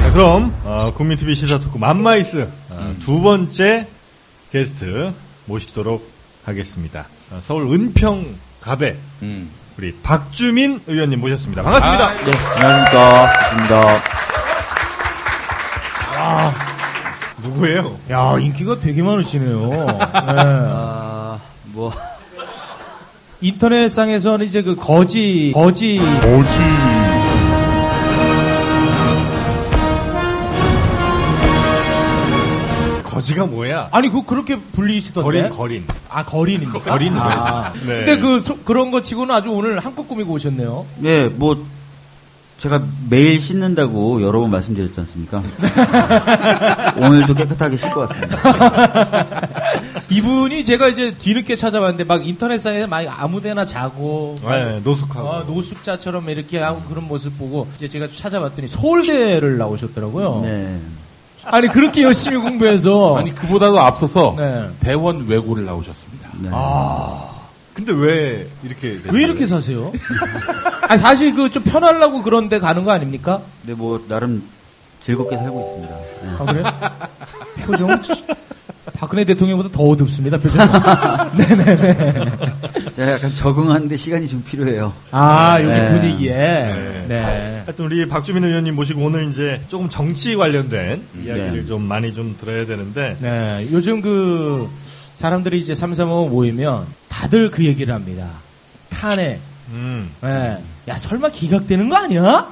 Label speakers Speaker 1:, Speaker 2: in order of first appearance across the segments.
Speaker 1: 자, 그럼 어, 국민TV 시사토크 맘마이스 어, 두 번째 게스트 모시도록 하겠습니다. 어, 서울 은평 갑에 우리 박주민 의원님 모셨습니다. 반갑습니다.
Speaker 2: 네, 안녕하십니까. 반갑습니다.
Speaker 1: 누구예요?
Speaker 3: 야 인기가 되게 많으시네요. 네.
Speaker 2: 아, 뭐,
Speaker 3: 인터넷상에서는 이제 그 거지 거지
Speaker 1: 거지가 뭐야?
Speaker 3: 아니 그 그렇게 불리시던데.
Speaker 1: 거린 거린.
Speaker 3: 아 거린입니까?
Speaker 1: 거린,
Speaker 3: 아.
Speaker 1: 거린. 네.
Speaker 3: 근데 그 소- 그런 거 치고는 아주 오늘 한껏 꾸미고 오셨네요.
Speaker 2: 예, 뭐, 제가 매일 씻는다고 여러 번 말씀드렸지 않습니까? 오늘도 깨끗하게 씻고 왔습니다.
Speaker 3: 이분이 제가 이제 뒤늦게 찾아봤는데 막 인터넷상에서 막 아무데나 자고 막
Speaker 1: 네, 노숙하고.
Speaker 3: 아, 노숙자처럼 이렇게 하고 그런 모습 보고 이제 제가 찾아봤더니 서울대를 나오셨더라고요.
Speaker 2: 네.
Speaker 3: 아니 그렇게 열심히 공부해서
Speaker 4: 아니 그보다도 앞서서
Speaker 3: 네.
Speaker 4: 대원 외고를 나오셨습니다.
Speaker 2: 네.
Speaker 1: 근데 왜 이렇게 된
Speaker 3: 왜
Speaker 1: 거예요?
Speaker 3: 이렇게 사세요? 아 사실 그 좀 편하려고 그런데 가는 거 아닙니까?
Speaker 2: 근데 뭐, 나름 즐겁게 살고 있습니다. 네.
Speaker 3: 아 그래요? 표정 박근혜 대통령보다 더 어둡습니다 표정. 네네네.
Speaker 2: 제가 약간 적응하는데 시간이 좀 필요해요.
Speaker 3: 아 여기
Speaker 2: 네.
Speaker 3: 분위기에
Speaker 1: 네.
Speaker 3: 네.
Speaker 1: 하여튼 우리 박주민 의원님 모시고 오늘 이제 조금 정치 관련된 이야기를
Speaker 2: 네.
Speaker 1: 좀 많이 좀 들어야 되는데
Speaker 3: 네, 요즘 그 사람들이 이제 삼삼오오 모이면 다들 그 얘기를 합니다. 탄핵.
Speaker 1: 음.
Speaker 3: 예. 야 설마 기각되는 거 아니야?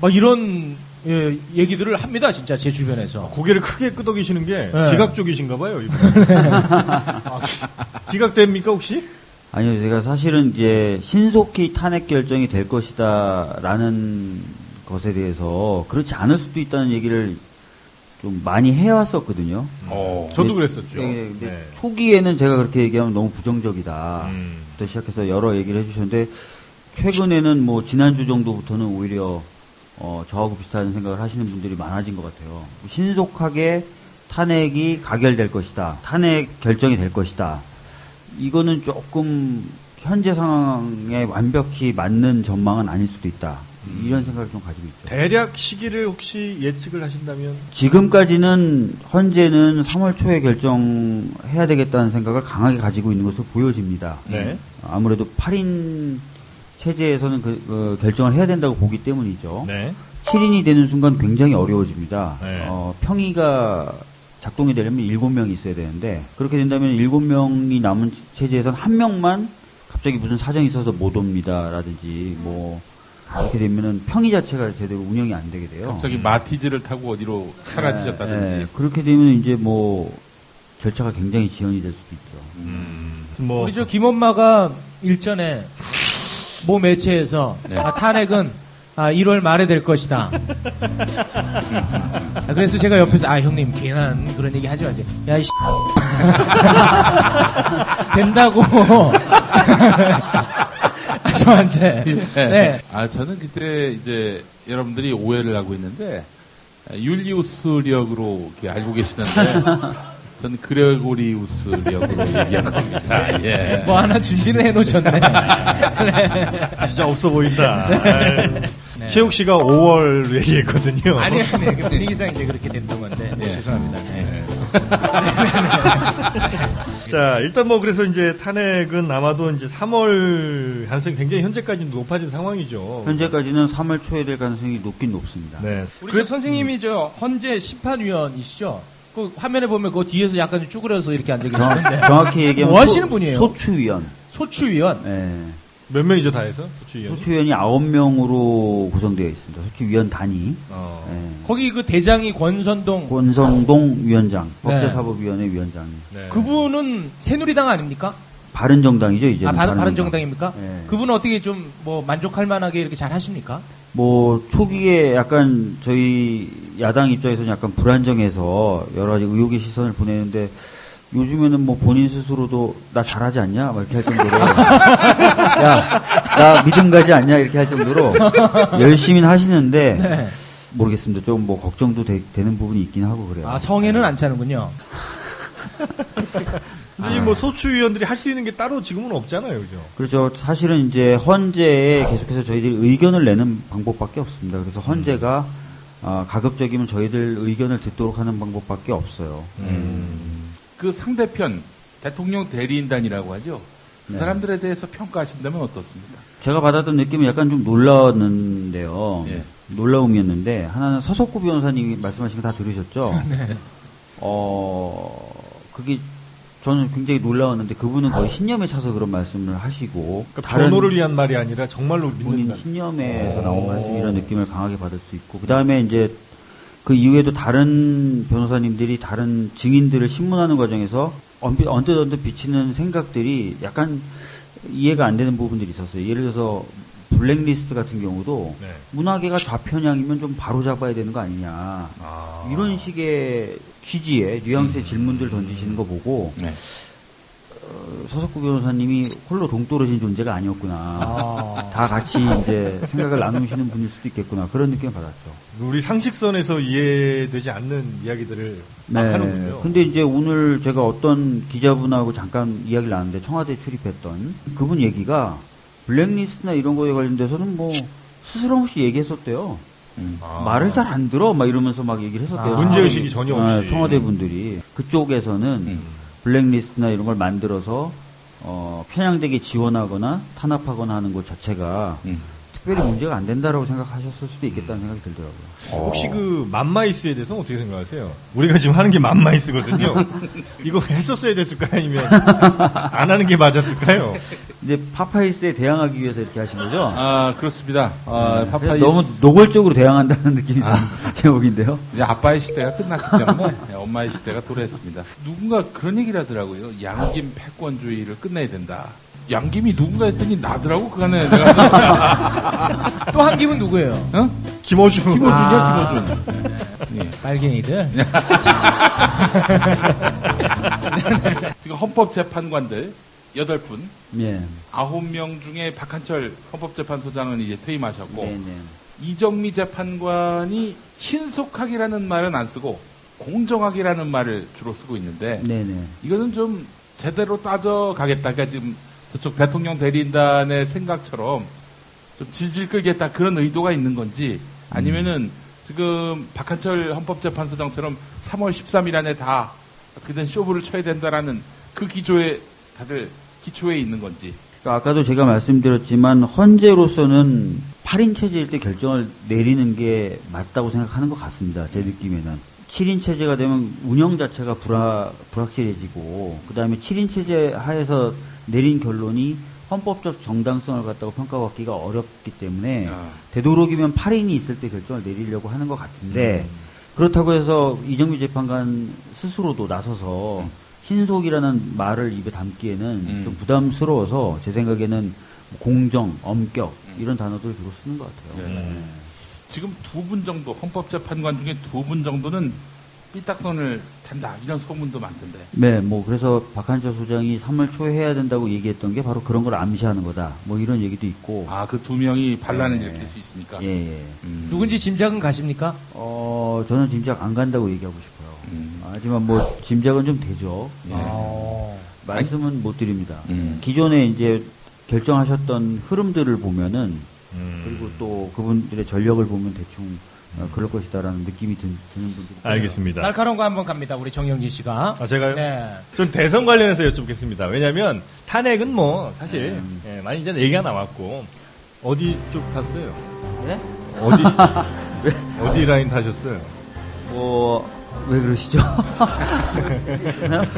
Speaker 3: 막 이런 예, 얘기들을 합니다 진짜 제 주변에서.
Speaker 1: 고개를 크게 끄덕이시는 게
Speaker 3: 네.
Speaker 1: 기각 쪽이신가 봐요. 이분은. 아, 기각됩니까 혹시?
Speaker 2: 아니요, 제가 사실은 이제 신속히 탄핵 결정이 될 것이다라는 것에 대해서 그렇지 않을 수도 있다는 얘기를 좀 많이 해왔었거든요.
Speaker 4: 저도
Speaker 2: 네.
Speaker 4: 그랬었죠.
Speaker 2: 네, 근데
Speaker 1: 네.
Speaker 2: 초기에는 제가 그렇게 얘기하면 너무 부정적이다.
Speaker 1: 음.
Speaker 2: 부터 시작해서 여러 얘기를 해주셨는데 최근에는 뭐 지난주 정도부터는 오히려 어, 저하고 비슷한 생각을 하시는 분들이 많아진 것 같아요. 신속하게 탄핵이 가결될 것이다. 탄핵 결정이 될 것이다. 이거는 조금 현재 상황에 완벽히 맞는 전망은 아닐 수도 있다. 이런 생각을 좀 가지고 있죠.
Speaker 1: 대략 시기를 혹시 예측을 하신다면
Speaker 2: 지금까지는 현재는 3월 초에 결정해야 되겠다는 생각을 강하게 가지고 있는 것으로 보여집니다.
Speaker 1: 네.
Speaker 2: 아무래도 8인 체제에서는 그, 그 결정을 해야 된다고 보기 때문이죠.
Speaker 1: 네.
Speaker 2: 7인이 되는 순간 굉장히 어려워집니다.
Speaker 1: 네.
Speaker 2: 어, 평의가 작동이 되려면 7명이 있어야 되는데 그렇게 된다면 7명이 남은 체제에선 한 명만 갑자기 무슨 사정이 있어서 못 옵니다라든지 뭐 그렇게 되면은 평의 자체가 제대로 운영이 안 되게 돼요.
Speaker 4: 갑자기 마티즈를 타고 어디로 사라지셨다든지.
Speaker 2: 네, 그렇게 되면 이제 뭐 절차가 굉장히 지연이 될 수도 있죠.
Speaker 1: 뭐
Speaker 3: 우리 저 김엄마가 일전에 모 매체에서 아, 탄핵은 아, 1월 말에 될 것이다. 아, 그래서 제가 옆에서 아 형님 괜한 그런 얘기 하지 마세요. 야 이. 된다고 저한테 네.
Speaker 4: 아 저는 그때 이제 여러분들이 오해를 하고 있는데 율리우스력으로 이렇게 알고 계시는데 저는 그레고리우스력으로 얘기한 겁니다. 예.
Speaker 3: 뭐 하나 준비는 해놓으셨네.
Speaker 1: 아, 진짜 없어 보인다. 아유. 최욱 씨가 5월 얘기했거든요.
Speaker 3: 네. 아니 아니 그 분위기상 이제 그렇게 된 동안데 네, 죄송합니다. 네.
Speaker 1: 자, 일단 뭐 그래서 이제 탄핵은 아마도 이제 3월 가능성이 굉장히 현재까지는 높아진
Speaker 4: 뭐.
Speaker 1: 상황이죠.
Speaker 2: 현재까지는 3월 초에 될 가능성이 높긴 높습니다.
Speaker 1: 네.
Speaker 3: 우리 그 선생님이 저 헌재 심판위원이시죠? 그 화면에 보면 그 뒤에서 약간 좀 쭈그려서 이렇게 앉아
Speaker 2: 정,
Speaker 4: 네.
Speaker 3: 계시는데
Speaker 2: 확히 얘기하면
Speaker 3: 뭐 하시는 분이에요?
Speaker 2: 소추위원.
Speaker 3: 소추위원
Speaker 2: 예.
Speaker 1: 몇 명이죠, 다 해서?
Speaker 4: 예.
Speaker 1: 소추위원.
Speaker 2: 소추위원이 9명으로 구성되어 있습니다. 소추위원 단위.
Speaker 1: 어.
Speaker 2: 예.
Speaker 3: 거기 그 대장이 권선동
Speaker 2: 권성동 위원장,
Speaker 3: 네.
Speaker 2: 법제사법위원회 위원장.
Speaker 1: 네.
Speaker 3: 그분은 새누리당 아닙니까?
Speaker 2: 바른정당이죠, 이제.
Speaker 3: 아 바른, 정당입니까? 예.
Speaker 2: 네.
Speaker 3: 그분은 어떻게 좀 뭐 만족할 만하게 이렇게 잘 하십니까?
Speaker 2: 뭐 초기에 약간 저희 야당 입장에서는 약간 불안정해서 여러 가지 의혹의 시선을 보내는데 요즘에는 뭐 본인 스스로도 나 잘하지 않냐 막 이렇게 할 정도로 야나 믿음 가지 않냐 이렇게 할 정도로 열심히 하시는데
Speaker 3: 네.
Speaker 2: 모르겠습니다 좀 뭐 걱정도 되, 는 부분이 있긴 하고 그래요.
Speaker 3: 아 성에는 안 차는군요.
Speaker 1: 근데 지금 뭐 소추위원들이 할 수 있는 게 따로 지금은 없잖아요, 그죠?
Speaker 2: 그렇죠. 사실은 이제 헌재에 계속해서 저희들이 의견을 내는 방법밖에 없습니다. 그래서 헌재가 아, 가급적이면 저희들 의견을 듣도록 하는 방법밖에 없어요.
Speaker 4: 그 상대편 대통령 대리인단이라고 하죠. 그
Speaker 2: 네.
Speaker 4: 사람들에 대해서 평가하신다면 어떻습니까?
Speaker 2: 제가 받았던 느낌은 약간 좀 놀라웠는데요.
Speaker 4: 예.
Speaker 2: 놀라움이었는데 하나는 서석구 변호사님이 말씀하신 거 다 들으셨죠?
Speaker 1: 네.
Speaker 2: 어 그게 저는 굉장히 놀라웠는데 그분은 거의 신념에 차서 그런 말씀을 하시고
Speaker 1: 그러니까
Speaker 2: 다른
Speaker 1: 변호를 위한 말이 아니라 정말로
Speaker 2: 본인
Speaker 1: 믿는다. 어.
Speaker 2: 신념에서 나온 말씀이라는 느낌을 강하게 받을 수 있고 그 다음에 이제 그 이후에도 다른 변호사님들이 다른 증인들을 신문하는 과정에서 언뜻 언뜻, 언뜻 비치는 생각들이 약간 이해가 안 되는 부분들이 있었어요. 예를 들어서 블랙리스트 같은 경우도
Speaker 1: 네.
Speaker 2: 문화계가 좌편향이면 좀 바로 잡아야 되는 거 아니냐
Speaker 1: 아.
Speaker 2: 이런 식의
Speaker 1: 음.
Speaker 2: 취지의 뉘앙스의 질문들을 던지시는 거 보고
Speaker 4: 네.
Speaker 2: 어, 서석구 변호사님이 홀로 동떨어진 존재가 아니었구나. 다 같이 이제 생각을 나누시는 분일 수도 있겠구나. 그런 느낌을 받았죠.
Speaker 1: 우리 상식선에서 이해되지 않는 이야기들을 막 하는군요.
Speaker 2: 네. 근데 이제 오늘 제가 어떤 기자분하고 잠깐 이야기를 나눴는데 청와대에 출입했던 그분 얘기가 블랙리스트나 이런 거에 관련돼서는 뭐 스스럼없이 얘기했었대요.
Speaker 4: 음.
Speaker 1: 아.
Speaker 2: 말을 잘 안 들어 막 이러면서 막 얘기를 했었대요.
Speaker 3: 아.
Speaker 1: 문제의식이 전혀 없이.
Speaker 2: 청와대 분들이 그쪽에서는
Speaker 4: 음.
Speaker 2: 블랙리스트나 이런 걸 만들어서 어, 편향되게 지원하거나 탄압하거나 하는 것 자체가
Speaker 4: 음.
Speaker 2: 특별히 문제가 안 된다라고 생각하셨을 수도 있겠다는 생각이 들더라고요.
Speaker 1: 혹시 그 맘마이스에 대해서 는 어떻게 생각하세요? 우리가 지금 하는 게 맘마이스거든요. 이거 했었어야 됐을까요? 아니면 안 하는 게 맞았을까요?
Speaker 2: 이제 파파이스에 대항하기 위해서 이렇게 하신 거죠?
Speaker 4: 아 그렇습니다. 아,
Speaker 2: 네.
Speaker 4: 파파이
Speaker 2: 너무 노골적으로 대항한다는 느낌이 드는 제목인데요.
Speaker 4: 이제 아빠의 시대가 끝났기 때문에 네, 엄마의 시대가 도래했습니다. 누군가 그런 얘기를 하더라고요. 양김 패권주의를 끝내야 된다. 양김이 누군가 했더니 나더라고 그간에 내가
Speaker 3: 또 한 김은 누구예요?
Speaker 4: 어?
Speaker 1: 김어준.
Speaker 4: 김호준이야 김호준. 예.
Speaker 3: 빨갱이들.
Speaker 4: 지금 헌법재판관들 여덟 분
Speaker 2: 예.
Speaker 4: 아홉 명 중에 박한철 헌법재판소장은 이제 퇴임하셨고
Speaker 2: 네네.
Speaker 4: 이정미 재판관이 신속하기라는 말은 안 쓰고 공정하기라는 말을 주로 쓰고 있는데
Speaker 2: 네네.
Speaker 4: 이거는 좀 제대로 따져가겠다. 그러니까 지금 저쪽 대통령 대리인단의 생각처럼 좀 질질 끌겠다 그런 의도가 있는 건지 아니면은 지금 박한철 헌법재판소장처럼 3월 13일 안에 다 어떻게든 쇼부를 쳐야 된다라는 그 기조에 다들 기초에 있는 건지.
Speaker 2: 그러니까 아까도 제가 말씀드렸지만 헌재로서는 8인 체제일 때 결정을 내리는 게 맞다고 생각하는 것 같습니다. 제 느낌에는. 7인 체제가 되면 운영 자체가 불화, 불확실해지고 그다음에 7인 체제 하에서 내린 결론이 헌법적 정당성을 갖다고 평가받기가 어렵기 때문에
Speaker 4: 아.
Speaker 2: 되도록이면 8인이 있을 때 결정을 내리려고 하는 것 같은데
Speaker 4: 음.
Speaker 2: 그렇다고 해서 이정미 재판관 스스로도 나서서 신속이라는 말을 입에 담기에는
Speaker 4: 음.
Speaker 2: 좀 부담스러워서 제 생각에는 공정, 엄격 이런 단어들을 주로 쓰는 것 같아요.
Speaker 4: 네.
Speaker 2: 네.
Speaker 4: 지금 두 분 정도 헌법재판관 중에 두 분 정도는 삐딱선을 탄다 이런 소문도 많던데.
Speaker 2: 네, 뭐 그래서 박한철 소장이 3월 초에 해야 된다고 얘기했던 게 바로 그런 걸 암시하는 거다. 뭐 이런 얘기도 있고.
Speaker 4: 아 그 두 명이 반란을 일으킬 수 있으니까.
Speaker 2: 예, 예.
Speaker 4: 음.
Speaker 3: 누군지 짐작은 가십니까?
Speaker 2: 어, 저는 짐작 안 간다고 얘기하고 싶어요.
Speaker 4: 음.
Speaker 2: 하지만 뭐 짐작은 좀 되죠.
Speaker 4: 예.
Speaker 3: 아,
Speaker 2: 말씀은 못 드립니다.
Speaker 4: 음.
Speaker 2: 기존에 이제 결정하셨던 흐름들을 보면은
Speaker 1: 음.
Speaker 2: 그리고 또 그분들의 전력을 보면 대충 어, 그럴 것이다라는 느낌이 든, 드는 분들이
Speaker 1: 알겠습니다.
Speaker 2: 네.
Speaker 3: 날카로운 거 한번 갑니다. 우리 예. 정영진 씨가.
Speaker 1: 아, 제가요?
Speaker 3: 네.
Speaker 1: 전 대선 관련해서 여쭙겠습니다. 왜냐하면 탄핵은 뭐 사실
Speaker 2: 네.
Speaker 1: 예, 많이 이제 얘기가 나왔고 어디 쪽 탔어요?
Speaker 2: 네?
Speaker 1: 어디 어디 라인 타셨어요?
Speaker 2: 뭐왜 그러시죠?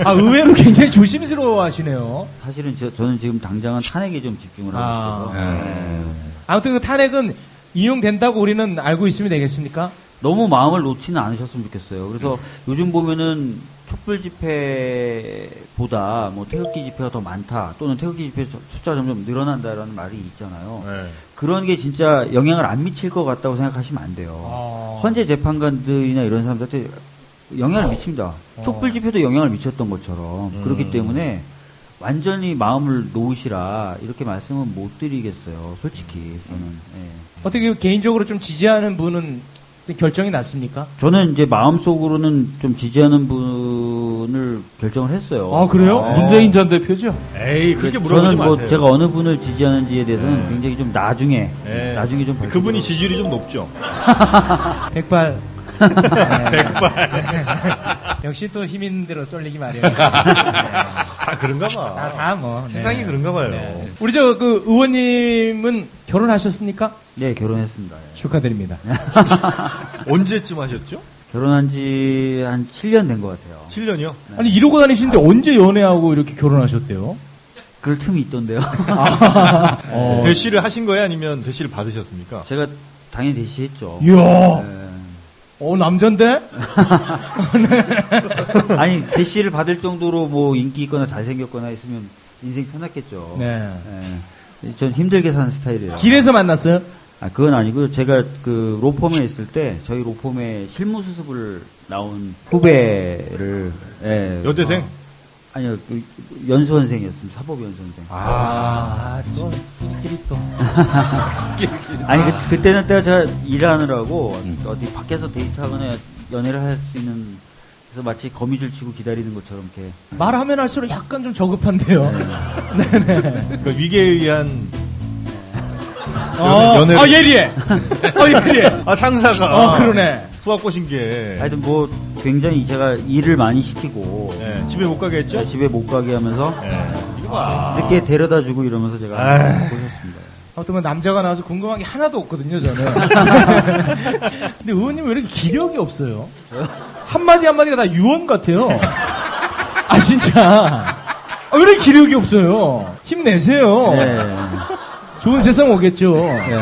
Speaker 3: 아, 의외로 굉장히 조심스러워 하시네요.
Speaker 2: 사실은 저, 저는 지금 당장은 탄핵에 좀
Speaker 1: 아.
Speaker 2: 집중을 하고 있어서
Speaker 1: 네.
Speaker 3: 아무튼 그 탄핵은 이용된다고 우리는 알고 있으면 되겠습니까?
Speaker 2: 너무 마음을 놓지는 않으셨으면 좋겠어요. 그래서 요즘 보면은 촛불 집회보다 뭐 태극기 집회가 더 많다 또는 태극기 집회 숫자 점점 늘어난다라는 말이 있잖아요. 그런 게 진짜 영향을 안 미칠 것 같다고 생각하시면 안 돼요.
Speaker 3: 아.
Speaker 2: 헌재 재판관들이나 이런 사람들한테 영향을 미칩니다.
Speaker 3: 어.
Speaker 2: 촛불 집회도 영향을 미쳤던 것처럼
Speaker 1: 음.
Speaker 2: 그렇기 때문에 완전히 마음을 놓으시라 이렇게 말씀은 못 드리겠어요. 솔직히 저는
Speaker 1: 음.
Speaker 2: 예.
Speaker 3: 어떻게 그 개인적으로 좀 지지하는 분은 결정이 났습니까?
Speaker 2: 저는 이제 마음 속으로는 좀 지지하는 분은 분을 결정을 했어요.
Speaker 3: 아, 그래요?
Speaker 2: 네.
Speaker 4: 문재인 전 대표죠?
Speaker 1: 에이 그렇게 물어보지
Speaker 2: 저는 뭐
Speaker 1: 마세요.
Speaker 2: 제가 어느 분을 지지하는지에 대해서는
Speaker 1: 네.
Speaker 2: 굉장히 좀 나중에
Speaker 1: 예.
Speaker 2: 나중에 좀 밝히도록-
Speaker 1: 그분이 지지율이 좀 높죠.
Speaker 3: 백발. 네.
Speaker 2: 네.
Speaker 1: 백발.
Speaker 3: 역시 또 힘 있는 대로 쏠리기 마련이다.
Speaker 1: 다 아, 그런가
Speaker 2: 아,
Speaker 1: 봐.
Speaker 3: 다 뭐. 네.
Speaker 1: 아, 세상이 그렇죠. 그런가 봐요.
Speaker 3: 우리 저 그 의원님은 결혼하셨습니까?
Speaker 2: 네 결혼했습니다. 예.
Speaker 3: 축하드립니다.
Speaker 1: 언제쯤 하셨죠?
Speaker 2: 결혼한 지 한 7년 된 것 같아요.
Speaker 1: 7년이요?
Speaker 3: 아니 이러고 다니시는데 언제 연애하고 이렇게 결혼하셨대요?
Speaker 2: 그럴 틈이 있던데요.
Speaker 3: 아. 어.
Speaker 1: 아. 대시를 하신 거예요? 아니면 대시를 받으셨습니까?
Speaker 2: 제가 당연히 대시했죠.
Speaker 3: 이야,
Speaker 2: 예.
Speaker 3: 어 남잔데?
Speaker 2: 아니 대시를 받을 정도로 뭐 인기 있거나 잘생겼거나 했으면 인생 편했겠죠.
Speaker 3: 네.
Speaker 2: 예. 전 힘들게 사는 스타일이에요.
Speaker 3: 길에서 만났어요?
Speaker 2: 아 그건 아니고요. 제가 그 로펌에 있을 때 저희 로펌에 실무 수습을 나온 후배를 예,
Speaker 1: 여대생?
Speaker 2: 어, 아니요 그 연수원생이었습니다. 사법 연수원생.
Speaker 3: 아, 또 끼리 또.
Speaker 2: 아니 그, 그때는 때가 제가 일하느라고 어디 밖에서 데이트하거나 연애를 할 수 있는 그래서 마치 거미줄 치고 기다리는 것처럼 이렇게
Speaker 3: 말하면 할수록 약간 좀 저급한데요. 네,
Speaker 1: 그 위계에 의한
Speaker 3: 어,
Speaker 1: 연애를-
Speaker 3: 아 예리해. 어 예리해.
Speaker 1: 아 상사가
Speaker 3: 어 그러네. 아,
Speaker 1: 후학 꼬신 게
Speaker 2: 하여튼 뭐 굉장히 제가 일을 많이 시키고
Speaker 1: 예, 집에 못 가게 했죠?
Speaker 2: 제가 집에 못 가게 하면서
Speaker 1: 예, 이거 봐.
Speaker 2: 늦게 데려다 주고 이러면서 제가
Speaker 1: 아이.
Speaker 2: 보셨습니다.
Speaker 3: 아무튼 뭐 남자가 나와서 궁금한 게 하나도 없거든요 저는. 근데 의원님 왜 이렇게 기력이 없어요? 한 마디 한 마디가 다 유언 같아요. 아 진짜. 아, 왜 이렇게 기력이 없어요? 힘내세요.
Speaker 2: 네.
Speaker 3: 좋은 세상 오겠죠.
Speaker 1: 네.
Speaker 3: 네.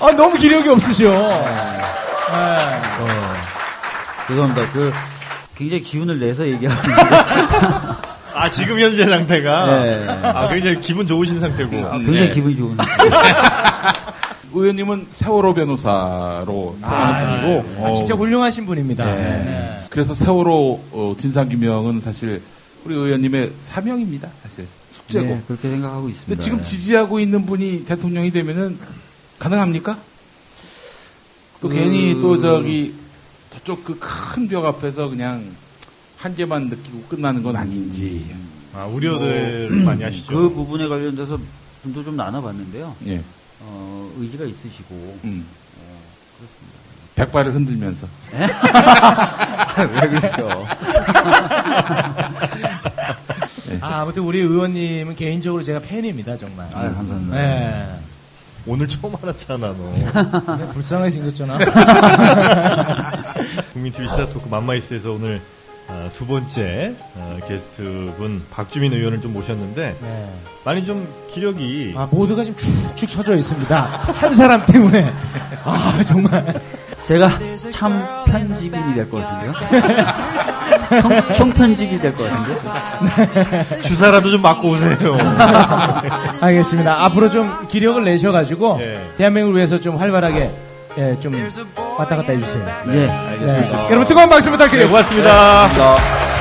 Speaker 3: 아, 너무 기력이 없으셔.
Speaker 1: 어.
Speaker 2: 죄송합니다. 그 굉장히 기운을 내서 얘기하는데
Speaker 1: 아 지금 현재 상태가
Speaker 2: 예.
Speaker 1: 아 굉장히 기분 좋으신 상태고
Speaker 2: 굉장히
Speaker 4: 네.
Speaker 2: 기분이 좋은데
Speaker 4: 의원님은 세월호 변호사로
Speaker 3: 아,
Speaker 4: 통하는 분이고
Speaker 3: 아, 진짜
Speaker 4: 어,
Speaker 3: 훌륭하신 분입니다.
Speaker 4: 네. 그래서 세월호 어, 진상규명은 사실 우리 의원님의 사명입니다. 사실 숙제고.
Speaker 2: 네, 그렇게 생각하고 있습니다.
Speaker 4: 근데 지금 지지하고 있는 분이 대통령이 되면은 가능합니까? 또
Speaker 2: 그-
Speaker 4: 괜히 또 저기 저쪽 그 큰 벽 앞에서 그냥 한계만 느끼고 끝나는 건 아닌지.
Speaker 1: 아, 우려들
Speaker 3: 음.
Speaker 1: 많이 하시죠.
Speaker 2: 그 부분에 관련돼서 분도 좀 나눠봤는데요.
Speaker 4: 예.
Speaker 2: 어, 의지가 있으시고
Speaker 4: 음. 백발을 흔들면서.
Speaker 2: 왜 그러세요?
Speaker 3: 아, 아무튼 우리 의원님은 개인적으로 제가 팬입니다, 정말.
Speaker 2: 아 감사합니다.
Speaker 3: 네.
Speaker 1: 오늘 처음 알았잖아 너.
Speaker 3: 근데 불쌍하게 생겼잖아.
Speaker 1: 국민 TV 시사 토크 맘마이스에서 오늘 아, 두 번째 아, 게스트분 박주민 의원을 좀 모셨는데
Speaker 3: 네.
Speaker 1: 많이 좀 기력이
Speaker 3: 아, 모두가 지금 축축 처져 있습니다. 한 사람 때문에. 아, 정말.
Speaker 2: 제가 참 편집인이 될 것 같은데요? 성, 성편집이 될 것 같은데요?
Speaker 1: 주사라도 좀 맞고 오세요.
Speaker 3: 아, 알겠습니다. 앞으로 좀 기력을 내셔가지고,
Speaker 1: 예.
Speaker 3: 대한민국을 위해서 좀 활발하게, 예, 좀 왔다 갔다 해주세요.
Speaker 2: 네.
Speaker 3: 네. 여러분 뜨거운 박수
Speaker 1: 네,
Speaker 3: 부탁드리겠습니다.
Speaker 1: 고맙습니다.
Speaker 3: 네.
Speaker 2: 감사합니다.